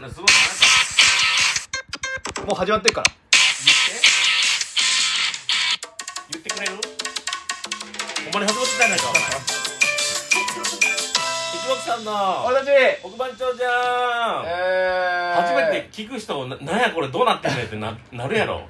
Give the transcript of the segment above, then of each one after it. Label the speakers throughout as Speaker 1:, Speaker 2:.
Speaker 1: のすごいな
Speaker 2: もう始まってるから
Speaker 1: 言って言ってくれるお前始まってたんないかお前一目さんの
Speaker 2: 私え
Speaker 1: 奥番長じゃん
Speaker 2: ー
Speaker 1: 初めて聞く人もななんやこれどうなってんねんってななるやろ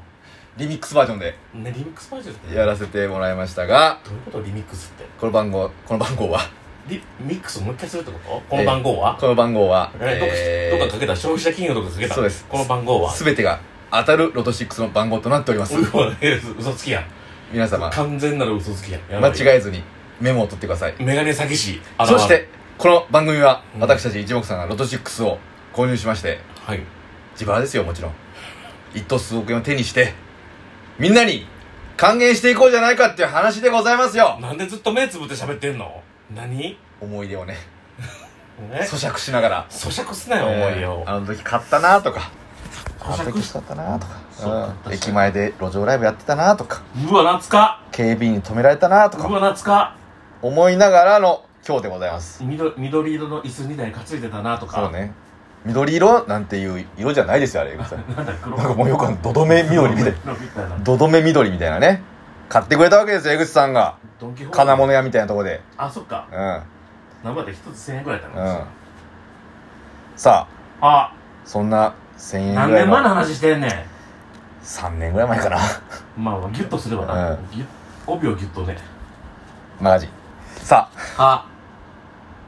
Speaker 2: リミックスバージョンで
Speaker 1: ねリミックスバージョンって
Speaker 2: やらせてもらいましたが
Speaker 1: どういうことリミックスって
Speaker 2: この番号この番号は
Speaker 1: リミックスもう一回するってことこの番号は
Speaker 2: この番号は
Speaker 1: えどっかどっかかけた消費者金融とかかけた
Speaker 2: そうです
Speaker 1: この番号は
Speaker 2: すべてが当たるロト6の番号となっております
Speaker 1: うわえ 嘘つきやん
Speaker 2: 皆様
Speaker 1: 完全なる嘘つきやんやば
Speaker 2: 間
Speaker 1: い
Speaker 2: 違えずにメモを取ってください
Speaker 1: メガネ詐欺師
Speaker 2: そしてこの番組は
Speaker 1: うん
Speaker 2: 私たち一目さんがロト6を購入しまして
Speaker 1: はい
Speaker 2: 自腹ですよもちろん一等数億円を手にしてみんなに還元していこうじゃないかっていう話でございますよ
Speaker 1: なんでずっと目つぶって喋ってんの何
Speaker 2: 思い出をね
Speaker 1: え
Speaker 2: 咀嚼しながら
Speaker 1: 咀嚼すなよ思いを
Speaker 2: あの時買ったなとかあ
Speaker 1: 咀
Speaker 2: の
Speaker 1: 嚼
Speaker 2: 時
Speaker 1: し
Speaker 2: 買ったなとか
Speaker 1: そう買った
Speaker 2: う
Speaker 1: し
Speaker 2: ん駅前で路上ライブやってたなとか
Speaker 1: うわ懐か
Speaker 2: 警備員に止められたなと
Speaker 1: う
Speaker 2: か
Speaker 1: わ懐か
Speaker 2: 思いながらの今日でございます
Speaker 1: 緑緑色の椅子2台担いでたなとか
Speaker 2: そうね緑色なんていう色じゃないですよあれなん
Speaker 1: なんだ黒
Speaker 2: かもうよくあのどどめ緑みたい
Speaker 1: 黒みたいな
Speaker 2: どどめ緑みたいなね買ってくれたわけですよ江口さんが
Speaker 1: ドンキホーテ
Speaker 2: 金物屋みたいなとこで
Speaker 1: あそっか
Speaker 2: うんうん
Speaker 1: 生で一つ1000円ぐらいだったの
Speaker 2: さあ
Speaker 1: あ
Speaker 2: そんな1000円
Speaker 1: 何
Speaker 2: ぐらい
Speaker 1: 年前の
Speaker 2: の
Speaker 1: 話してんねん
Speaker 2: 3年ぐらい前かな
Speaker 1: まあギュッとすればな、
Speaker 2: うん
Speaker 1: ギュッ帯をギュッとね
Speaker 2: マガジンさあ
Speaker 1: あ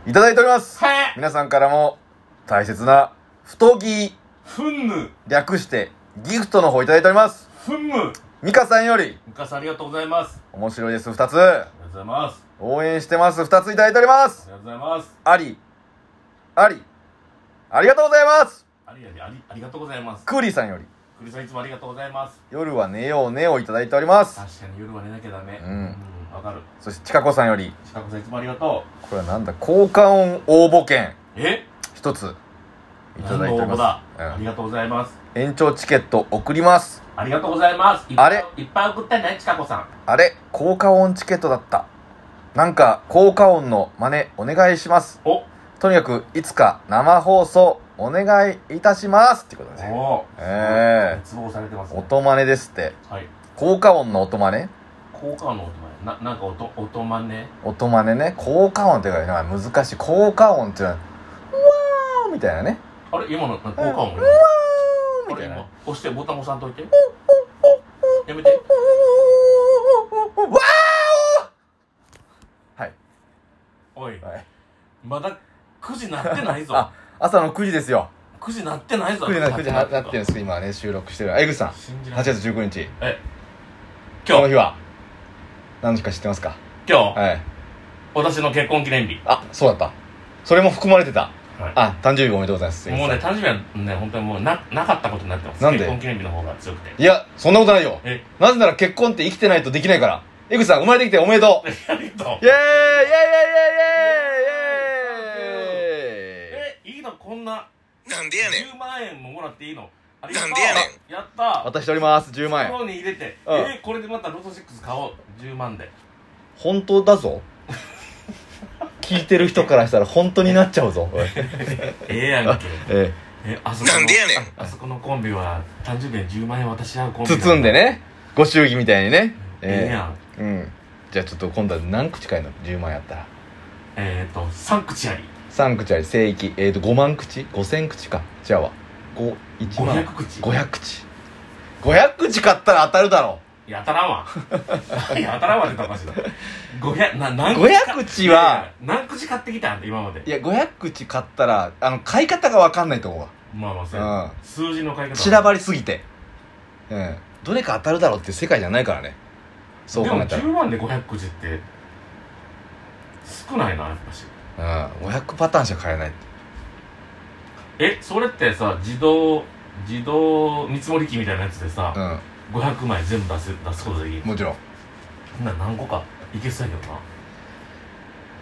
Speaker 2: いただいております
Speaker 1: へ
Speaker 2: 皆さんからも大切な太着
Speaker 1: ふんぬ
Speaker 2: 略してギフトの方いただいております
Speaker 1: ふんむ
Speaker 2: ミカさんより
Speaker 1: 昔ありがとうございます
Speaker 2: 面白いです2つ
Speaker 1: ありがとうございます
Speaker 2: 応援してます2ついただいておりま
Speaker 1: あ
Speaker 2: す
Speaker 1: りがとうございます
Speaker 2: ありありありがとうございます
Speaker 1: ありありありありがとうございます
Speaker 2: クーリーさんより
Speaker 1: 栗さんいつもありがとうございます
Speaker 2: 夜は寝ようねをいただいております
Speaker 1: 確かに夜は寝なきゃダメ
Speaker 2: うん
Speaker 1: うんわかる
Speaker 2: そしてちかこさんより
Speaker 1: ちかこさんいつもありがとう
Speaker 2: これはなんだ交換音応募券
Speaker 1: え
Speaker 2: 一ついた
Speaker 1: 何
Speaker 2: だ
Speaker 1: の
Speaker 2: いてお
Speaker 1: 応
Speaker 2: り
Speaker 1: 募だ
Speaker 2: ま、
Speaker 1: あ
Speaker 2: す、
Speaker 1: りがとうございます
Speaker 2: うん、延長チケット送ります
Speaker 1: ありがとうございますいっぱい
Speaker 2: あれ
Speaker 1: いっぱい送ってねちかこさん
Speaker 2: あれ効果音チケットだったなんか効果音の真似お願いします
Speaker 1: お
Speaker 2: とにかくいつか生放送お願いいたしますってことですね
Speaker 1: お
Speaker 2: ええ
Speaker 1: 熱望されてますね
Speaker 2: 音真似ですって
Speaker 1: はい
Speaker 2: 効果音の音真似
Speaker 1: 効果の音まねななんか音音まね
Speaker 2: 音真似ね効果音っていうかなんか難しい効果音っていうのは「うわー」みたいなね
Speaker 1: あれ今の効果音も
Speaker 2: 「うー」み
Speaker 1: こ
Speaker 2: た
Speaker 1: れ
Speaker 2: いな
Speaker 1: 今
Speaker 2: ね
Speaker 1: 押してボタン押さんといてやめて
Speaker 2: 「うわー」はい
Speaker 1: おい
Speaker 2: はい
Speaker 1: まだ9時なってないぞ
Speaker 2: あ朝の9時ですよ
Speaker 1: 9時なってないぞ
Speaker 2: 9時な9時ななってるんですけど今ね収録してる江口さん
Speaker 1: 信じられ
Speaker 2: 8
Speaker 1: な
Speaker 2: 月
Speaker 1: い
Speaker 2: 19日
Speaker 1: え
Speaker 2: この
Speaker 1: 今日
Speaker 2: 日は何の日か知ってますか
Speaker 1: 今日
Speaker 2: はい
Speaker 1: 私の結婚記念日
Speaker 2: あそうだったそれも含まれてた
Speaker 1: はい
Speaker 2: あ誕生日おめでとうございます
Speaker 1: もうね誕生日はね本当にもうななかったことになってます
Speaker 2: なんで
Speaker 1: 結婚記念日の方が強くて
Speaker 2: いやそんなことないよ
Speaker 1: え
Speaker 2: なぜなら結婚って生きてないとできないから江口さん生まれてきておめでとう
Speaker 1: ありがとう
Speaker 2: イェーイイェーイイェーイイェーイイェーイ
Speaker 1: えいいのこんな
Speaker 3: なんでやねん
Speaker 1: 10万円ももらっていいのありが
Speaker 3: な
Speaker 1: とうん
Speaker 3: でやね
Speaker 1: んやった
Speaker 2: 私おります10万円
Speaker 1: 袋に入れて
Speaker 2: うん
Speaker 1: えこれでまたロト6買おう10万で
Speaker 2: 本当だぞ聞いてる人からしたら本当になっちゃうぞ
Speaker 1: ええやんけ
Speaker 2: え
Speaker 1: えあそこの
Speaker 3: なんでやねん
Speaker 1: ああそこのコンビは誕生日に10万円渡し合うコン
Speaker 2: え
Speaker 1: ビなんだ
Speaker 2: 包んでねご祝儀みたいにね
Speaker 1: ええやん
Speaker 2: ええうんじゃあちょっと今度は何口買えるの10万やったら
Speaker 1: えっと3口あり
Speaker 2: 3口あり聖域えっ、と5万口5000口か違うわ51万
Speaker 1: 500口
Speaker 2: 500口500口買ったら当たるだろ
Speaker 1: やたら んわいやたらんわって言ったらおかしいな500な何口か
Speaker 2: 500口は
Speaker 1: 何口買ってきたん今まで
Speaker 2: いや500口買ったらあの買い方が分かんないと思うわ
Speaker 1: まあまあそう
Speaker 2: うん
Speaker 1: や数字の買い方
Speaker 2: 散らばりすぎてうんどれか当たるだろうっていう世界じゃないからねそう考えた
Speaker 1: でも10万で500口って少ないなやっぱし
Speaker 2: ら、うん、500パターンしか買えない
Speaker 1: えそれってさ自動自動見積もり機みたいなやつでさ、
Speaker 2: う
Speaker 1: 500枚全部出せ出すことでいい
Speaker 2: んもちろん
Speaker 1: そんな何個かいけそうやけどな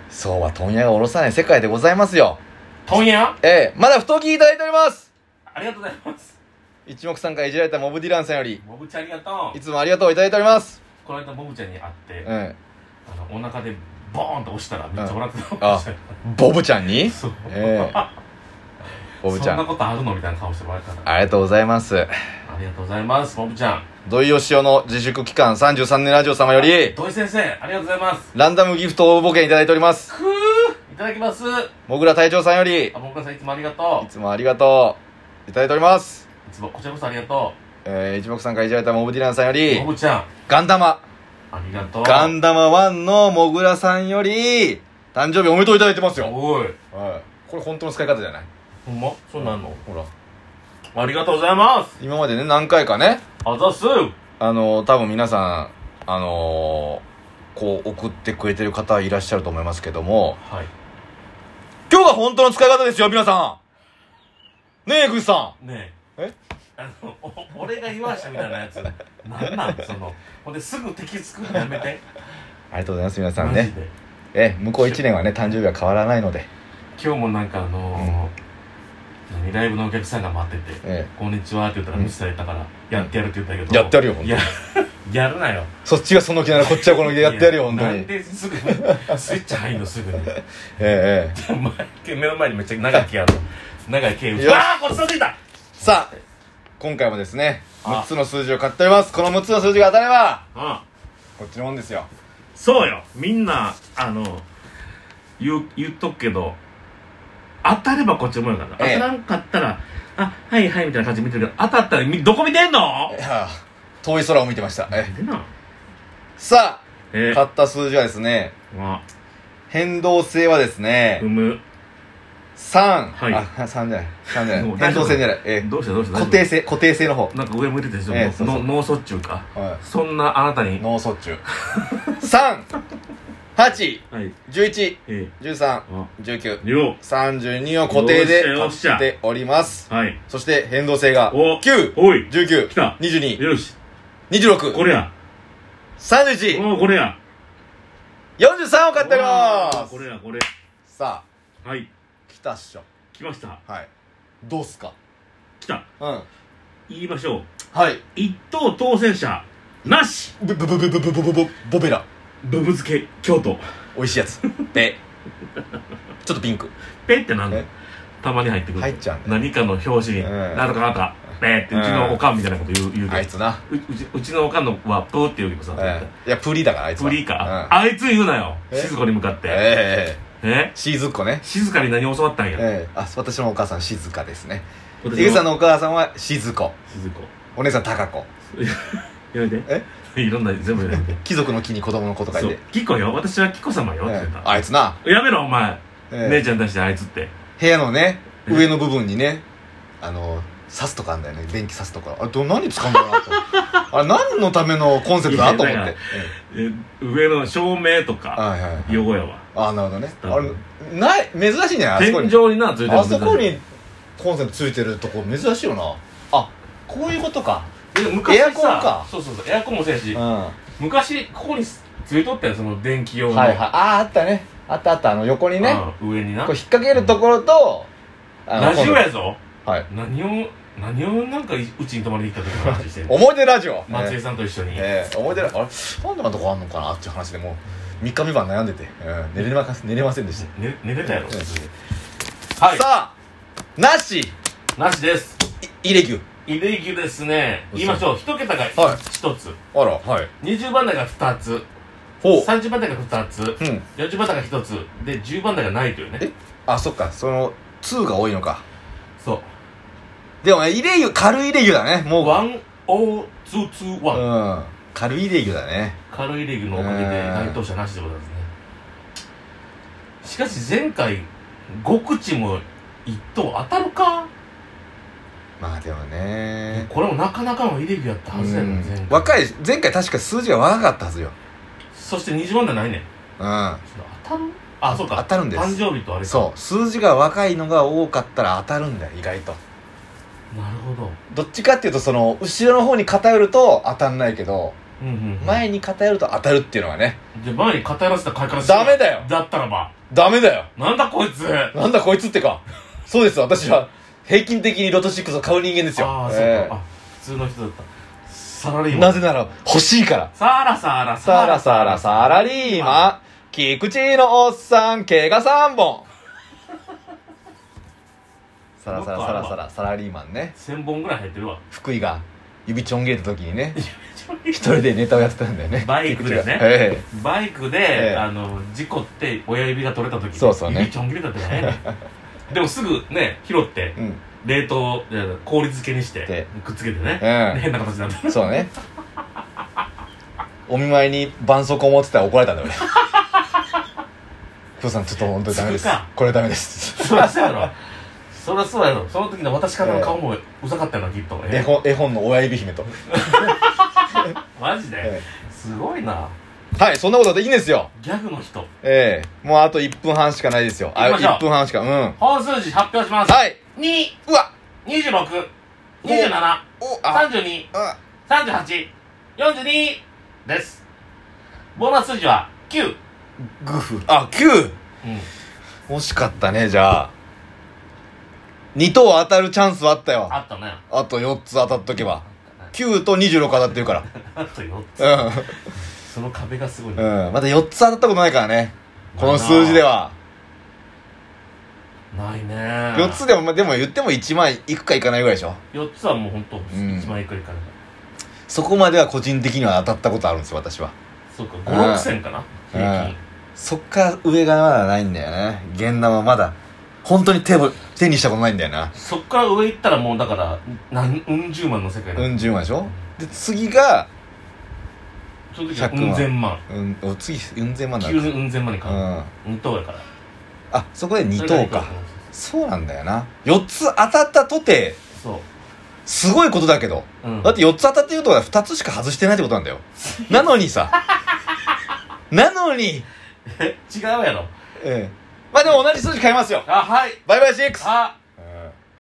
Speaker 2: そうは問屋が下ろさない世界でございますよ
Speaker 1: 問屋
Speaker 2: ええまだ太きいただいております
Speaker 1: ありがとうございます
Speaker 2: 一目散からいじられたモブディランさんより
Speaker 1: モブちゃんありがとう
Speaker 2: いつもありがとういただいております
Speaker 1: この間モブちゃんに会って、
Speaker 2: うん
Speaker 1: あのお腹で ボーンと押したらめっちゃ笑ってた、
Speaker 2: あボブちゃんに
Speaker 1: そう
Speaker 2: ええボブちゃ
Speaker 1: そんなんことあるのみたいな顔してもらえたら
Speaker 2: ありがとうございます
Speaker 1: ありがとうございますボブちゃん
Speaker 2: 土井善雄の自粛期間33年ラジオ様より
Speaker 1: 土井先生ありがとうございます
Speaker 2: ランダムギフト応募券いただいております
Speaker 1: くーいただきます
Speaker 2: もぐら隊長さんより
Speaker 1: あボブさんいつもありがと
Speaker 2: いつもありがとういただいております
Speaker 1: ういつもこちらこそありがと
Speaker 2: えー、一目散会いじられたモブディランさんよ
Speaker 1: う
Speaker 2: り
Speaker 1: ボブちゃん
Speaker 2: ガンダマ
Speaker 1: ありがとう
Speaker 2: ガンダマ1のもぐらさんより誕生日おめでとういただいてますよ
Speaker 1: おい
Speaker 2: はいこれ本当の使い方じゃない
Speaker 1: ほんまそうなんの
Speaker 2: ほら
Speaker 1: ありがとうございます
Speaker 2: 今までね何回かね
Speaker 1: あざっす
Speaker 2: あの多分皆さんあのー、こう送ってくれてる方いらっしゃると思いますけども
Speaker 1: はい
Speaker 2: 今日が本当の使い方ですよ皆さんねえグッさ
Speaker 1: ね
Speaker 2: んえ
Speaker 1: あのお俺が言わしたみたいなやつなんなんそのほんですぐ敵作るのやめて
Speaker 2: ありがとうございます皆さん
Speaker 1: マジ
Speaker 2: ね
Speaker 1: で
Speaker 2: え向こう1年はね誕生日は変わらないので
Speaker 1: 今日もなんかあのー何ライブのお客さんが待ってて
Speaker 2: え
Speaker 1: 「こんにちは」って言ったら
Speaker 2: うん
Speaker 1: 無視されたから「やってやる」って言ったけど
Speaker 2: やってやるよほんと
Speaker 1: いや やるなよ
Speaker 2: そっちがその気ならこっちはこの気でやってやるよ本当
Speaker 1: な
Speaker 2: に
Speaker 1: んですぐにスイッチ入るのすぐに
Speaker 2: えええ
Speaker 1: 前目の前にめっちゃ長い毛ある長い毛
Speaker 2: よ
Speaker 1: う
Speaker 2: し
Speaker 1: わあこっちついた
Speaker 2: えさあ今回もですね
Speaker 1: あ
Speaker 2: 6つの数字を買っておりますこの6つの数字が当たれば
Speaker 1: あ
Speaker 2: こっちのもんですよ
Speaker 1: そうよみんなあの言う言っとくけど当たればこっちもよから、
Speaker 2: ええ
Speaker 1: 当たらんかったらあはいはいみたいな感じで見てるけど当たったらみどこ見てんの
Speaker 2: いや遠い空を見てましたええ
Speaker 1: でな
Speaker 2: さ
Speaker 1: え
Speaker 2: あ
Speaker 1: え
Speaker 2: 買った数字はですね
Speaker 1: ま
Speaker 2: 変動性はです
Speaker 1: あ
Speaker 2: ね
Speaker 1: 産む
Speaker 2: 3、
Speaker 1: はい
Speaker 2: あ3じゃない3じゃ
Speaker 1: も
Speaker 2: な
Speaker 1: う大
Speaker 2: い変
Speaker 1: 丈夫
Speaker 2: 動性じゃない、ええ
Speaker 1: どうしたどうした
Speaker 2: 固定性固定性の方
Speaker 1: なんか上向いてたでしょ、
Speaker 2: ええ
Speaker 1: の
Speaker 2: そうそう
Speaker 1: 脳卒中か
Speaker 2: は
Speaker 1: そんなあなた
Speaker 2: い
Speaker 1: に
Speaker 2: 脳卒中3 8
Speaker 1: はい
Speaker 2: 11
Speaker 1: え
Speaker 2: 13
Speaker 1: えあ
Speaker 2: 19
Speaker 1: よ
Speaker 2: 32を固定で
Speaker 1: よ
Speaker 2: 買
Speaker 1: っしゃよっしゃ
Speaker 2: っております
Speaker 1: はい
Speaker 2: そして変動性が
Speaker 1: お
Speaker 2: 9
Speaker 1: おい
Speaker 2: 19
Speaker 1: 来た
Speaker 2: 22
Speaker 1: よしこ
Speaker 2: 26
Speaker 1: れや
Speaker 2: 3143
Speaker 1: おおこれや
Speaker 2: を買っておりま
Speaker 1: これやこれ
Speaker 2: すさ
Speaker 1: はい
Speaker 2: あ来たっしょ
Speaker 1: 来ました
Speaker 2: はいどうっすか
Speaker 1: 来た
Speaker 2: うん
Speaker 1: 言いましょう
Speaker 2: はい
Speaker 1: 一等当選者なし
Speaker 2: ブブブブブブブブブボベラ
Speaker 1: ブブ漬け京都
Speaker 2: 美味しいやつでちょっとピンク
Speaker 1: ペってなんだ
Speaker 2: え
Speaker 1: たまに入ってくる
Speaker 2: 入っちゃうんだよ
Speaker 1: 何かの表紙に
Speaker 2: うん
Speaker 1: なんとかなんとかペーってうちのおかんみたいなこと言う言う
Speaker 2: あい
Speaker 1: け
Speaker 2: つな、
Speaker 1: どううちうちのおかんのはプーって言うけどさ
Speaker 2: ええいやプリだからあいつは
Speaker 1: プリ
Speaker 2: う
Speaker 1: か
Speaker 2: ん
Speaker 1: あいつ言うなよ
Speaker 2: え
Speaker 1: 静子に向かって
Speaker 2: ええ
Speaker 1: え
Speaker 2: シーズっ子ね
Speaker 1: 静かに何教わったんや
Speaker 2: ええあ私のお母さん静香ですね
Speaker 1: 私の
Speaker 2: ゆうさんのお母さんは静子
Speaker 1: 静子
Speaker 2: お姉さん高子
Speaker 1: やめて
Speaker 2: え
Speaker 1: いろんな全部やめて
Speaker 2: 貴族の木に子供のこと書い
Speaker 1: そう
Speaker 2: て、
Speaker 1: キコよ私はキコ様よって
Speaker 2: え
Speaker 1: 言っ
Speaker 2: え
Speaker 1: た
Speaker 2: あいつな、
Speaker 1: やめろお前
Speaker 2: ええ
Speaker 1: 姉ちゃん出してあいつって
Speaker 2: 部屋のね
Speaker 1: ええ
Speaker 2: 上の部分にねあの刺すとかあんだよね電気刺すとかあれど何使うんだろうなと あれ何のためのコンセプトだと思っ
Speaker 1: いや
Speaker 2: て、
Speaker 1: だ
Speaker 2: え
Speaker 1: え上の照明と
Speaker 2: え
Speaker 1: か
Speaker 2: はいはいはい
Speaker 1: 汚れは
Speaker 2: あなるほどね
Speaker 1: 多
Speaker 2: あ
Speaker 1: 分
Speaker 2: れない珍しいねあそこ
Speaker 1: 天
Speaker 2: に
Speaker 1: 井になついてる
Speaker 2: あそこにコンセントついてるとこ珍しいよなあこういうことか
Speaker 1: え昔さ
Speaker 2: エアコンか
Speaker 1: そうそうそうエアコンもそうやし、
Speaker 2: うんは
Speaker 1: 昔ここについとったよその電気用
Speaker 2: い
Speaker 1: の、
Speaker 2: はいあああったねあったあったあの横にね
Speaker 1: うん上にな
Speaker 2: こう引っ掛けるところとあの
Speaker 1: ラジオやぞ
Speaker 2: はい
Speaker 1: 何を何をなんかいうちに泊まりに行った時の話してる
Speaker 2: 思い出ラジオ
Speaker 1: 松井さんと一緒に、
Speaker 2: ええ思い出ラジオあれなんであんなとこあんのかなっていう話でもう3日3晩悩んでて、うん、寝れま寝れませんでした、
Speaker 1: ね寝てたやろ
Speaker 2: ええ
Speaker 1: 普通にはい
Speaker 2: さあなし
Speaker 1: なしです
Speaker 2: イレギュ
Speaker 1: イレギュですね言いましょう一桁が
Speaker 2: はい
Speaker 1: 一つ、
Speaker 2: あらはい
Speaker 1: 20番台が二つ
Speaker 2: ほう
Speaker 1: 30番台が二つ
Speaker 2: うん
Speaker 1: 40番台が一つで10番台がないというね
Speaker 2: えあそっかその2が多いのか
Speaker 1: そう
Speaker 2: でもねイレギュ軽いイレギュだねもう
Speaker 1: ワンオーツーツーワン
Speaker 2: うん軽いイレギュだね
Speaker 1: 軽いリーグのおかげで該当者なしでございますねしかし前回5口も1等当たるか、
Speaker 2: まあでもね
Speaker 1: これもなかなかのイレギュやったはずやねん前
Speaker 2: うん
Speaker 1: 回
Speaker 2: 若い前回確か数字が若かったはずよ
Speaker 1: そして20万台ないねんち
Speaker 2: うん
Speaker 1: ょっと当たるあそうか
Speaker 2: 当たるんです
Speaker 1: 誕生日とあれか
Speaker 2: そう数字が若いのが多かったら当たるんだよ意外と
Speaker 1: なるほど
Speaker 2: どっちかっていうとその後ろの方に偏ると当たんないけど
Speaker 1: うんうんうん
Speaker 2: 前に偏ると当たるっていうのがね
Speaker 1: で前に偏らせた買いから
Speaker 2: ダメだよ
Speaker 1: だったらば
Speaker 2: ダメだよ
Speaker 1: なんだこいつ
Speaker 2: なんだこいつってかそうです私は平均的にロト6を買う人間ですよ
Speaker 1: ああそうか、
Speaker 2: え
Speaker 1: あ普通の人だったサラリーマ
Speaker 2: え
Speaker 1: ン
Speaker 2: なぜなら欲しいから
Speaker 1: サラサラ
Speaker 2: サラサラサラリーマン菊池のおっさん毛が3本サラサラサラサラサラリーマンね
Speaker 1: 1000本ぐらい入ってるわ
Speaker 2: 福井が指ちょんげた時にね一 人でネタをやってたんだよね
Speaker 1: バイクでね
Speaker 2: え
Speaker 1: バイクで、
Speaker 2: ええ
Speaker 1: あの事故って親指が取れた時
Speaker 2: そうそうね
Speaker 1: 指ちょん切れたって ねでもすぐね拾って
Speaker 2: えうん
Speaker 1: 冷凍いや氷漬けにして
Speaker 2: で
Speaker 1: くっつけてね、
Speaker 2: うん
Speaker 1: 変な形になって
Speaker 2: そうね。お見舞いに絆創膏持ってたら怒られたんだよ、俺。父さん、ちょっと本当にダメです
Speaker 1: つくか。
Speaker 2: これダメです。
Speaker 1: そりゃそうやろそりゃそうやろその時の渡し方の顔もうざかったよなきっと、
Speaker 2: 絵本、絵本の親指姫と。
Speaker 1: マジで、
Speaker 2: え
Speaker 1: すごいな
Speaker 2: えはい、そんなことでいいんですよ。
Speaker 1: ギャグの人
Speaker 2: ええもうあと1分半しかないですよ。あ、
Speaker 1: 行きましょう
Speaker 2: 1分半しか、うん。は
Speaker 1: 本数字発表します、
Speaker 2: い。
Speaker 1: 2
Speaker 2: うわ
Speaker 1: 2 6 2 7
Speaker 2: お、あ、
Speaker 1: 3 2
Speaker 2: あ、
Speaker 1: 3 8 4 2ですボーナス数字は9
Speaker 2: グフ。あ、9!
Speaker 1: うん
Speaker 2: 惜しかったね、じゃあ。2等当たるチャンスはあったよ。
Speaker 1: あったね
Speaker 2: あと4つ当たっとけば。9と26当たってるか
Speaker 1: あと4つ
Speaker 2: ら。うん。
Speaker 1: その壁がすごい、な
Speaker 2: うん、まだ4つ当たったことないからねこの数字では
Speaker 1: ないね
Speaker 2: 4つでもまあでも言っても1万いくかいかないぐらいでしょ
Speaker 1: 4つはもう本当
Speaker 2: ん
Speaker 1: 一番いくらから
Speaker 2: そこまでは個人的には当たったことあるんですよ私は
Speaker 1: そうか5 6千かな平均
Speaker 2: そっから上がまだないんだよね現玉まだ本当に手を手にしたことないんだよな
Speaker 1: そっから上行ったらもうだから何うん十万の世界だ、
Speaker 2: うん十万でしょで次が
Speaker 1: その時は
Speaker 2: 100
Speaker 1: うん千万
Speaker 2: うんお次うん千万だ
Speaker 1: 急にうん千万に
Speaker 2: う
Speaker 1: 変わる、
Speaker 2: ん
Speaker 1: 二等やから
Speaker 2: あそこで2
Speaker 1: それが
Speaker 2: 等
Speaker 1: 二
Speaker 2: かそうなんだよな4つ当たったとて
Speaker 1: そう
Speaker 2: すごいことだけど
Speaker 1: そう、うん、
Speaker 2: だって4つ当たってるとは2つしか外してないってことなんだよなのにさなのに
Speaker 1: 違うやろ
Speaker 2: ええまあでも同じ数字変えますよ
Speaker 1: あはい
Speaker 2: バイバイ CX!
Speaker 1: あ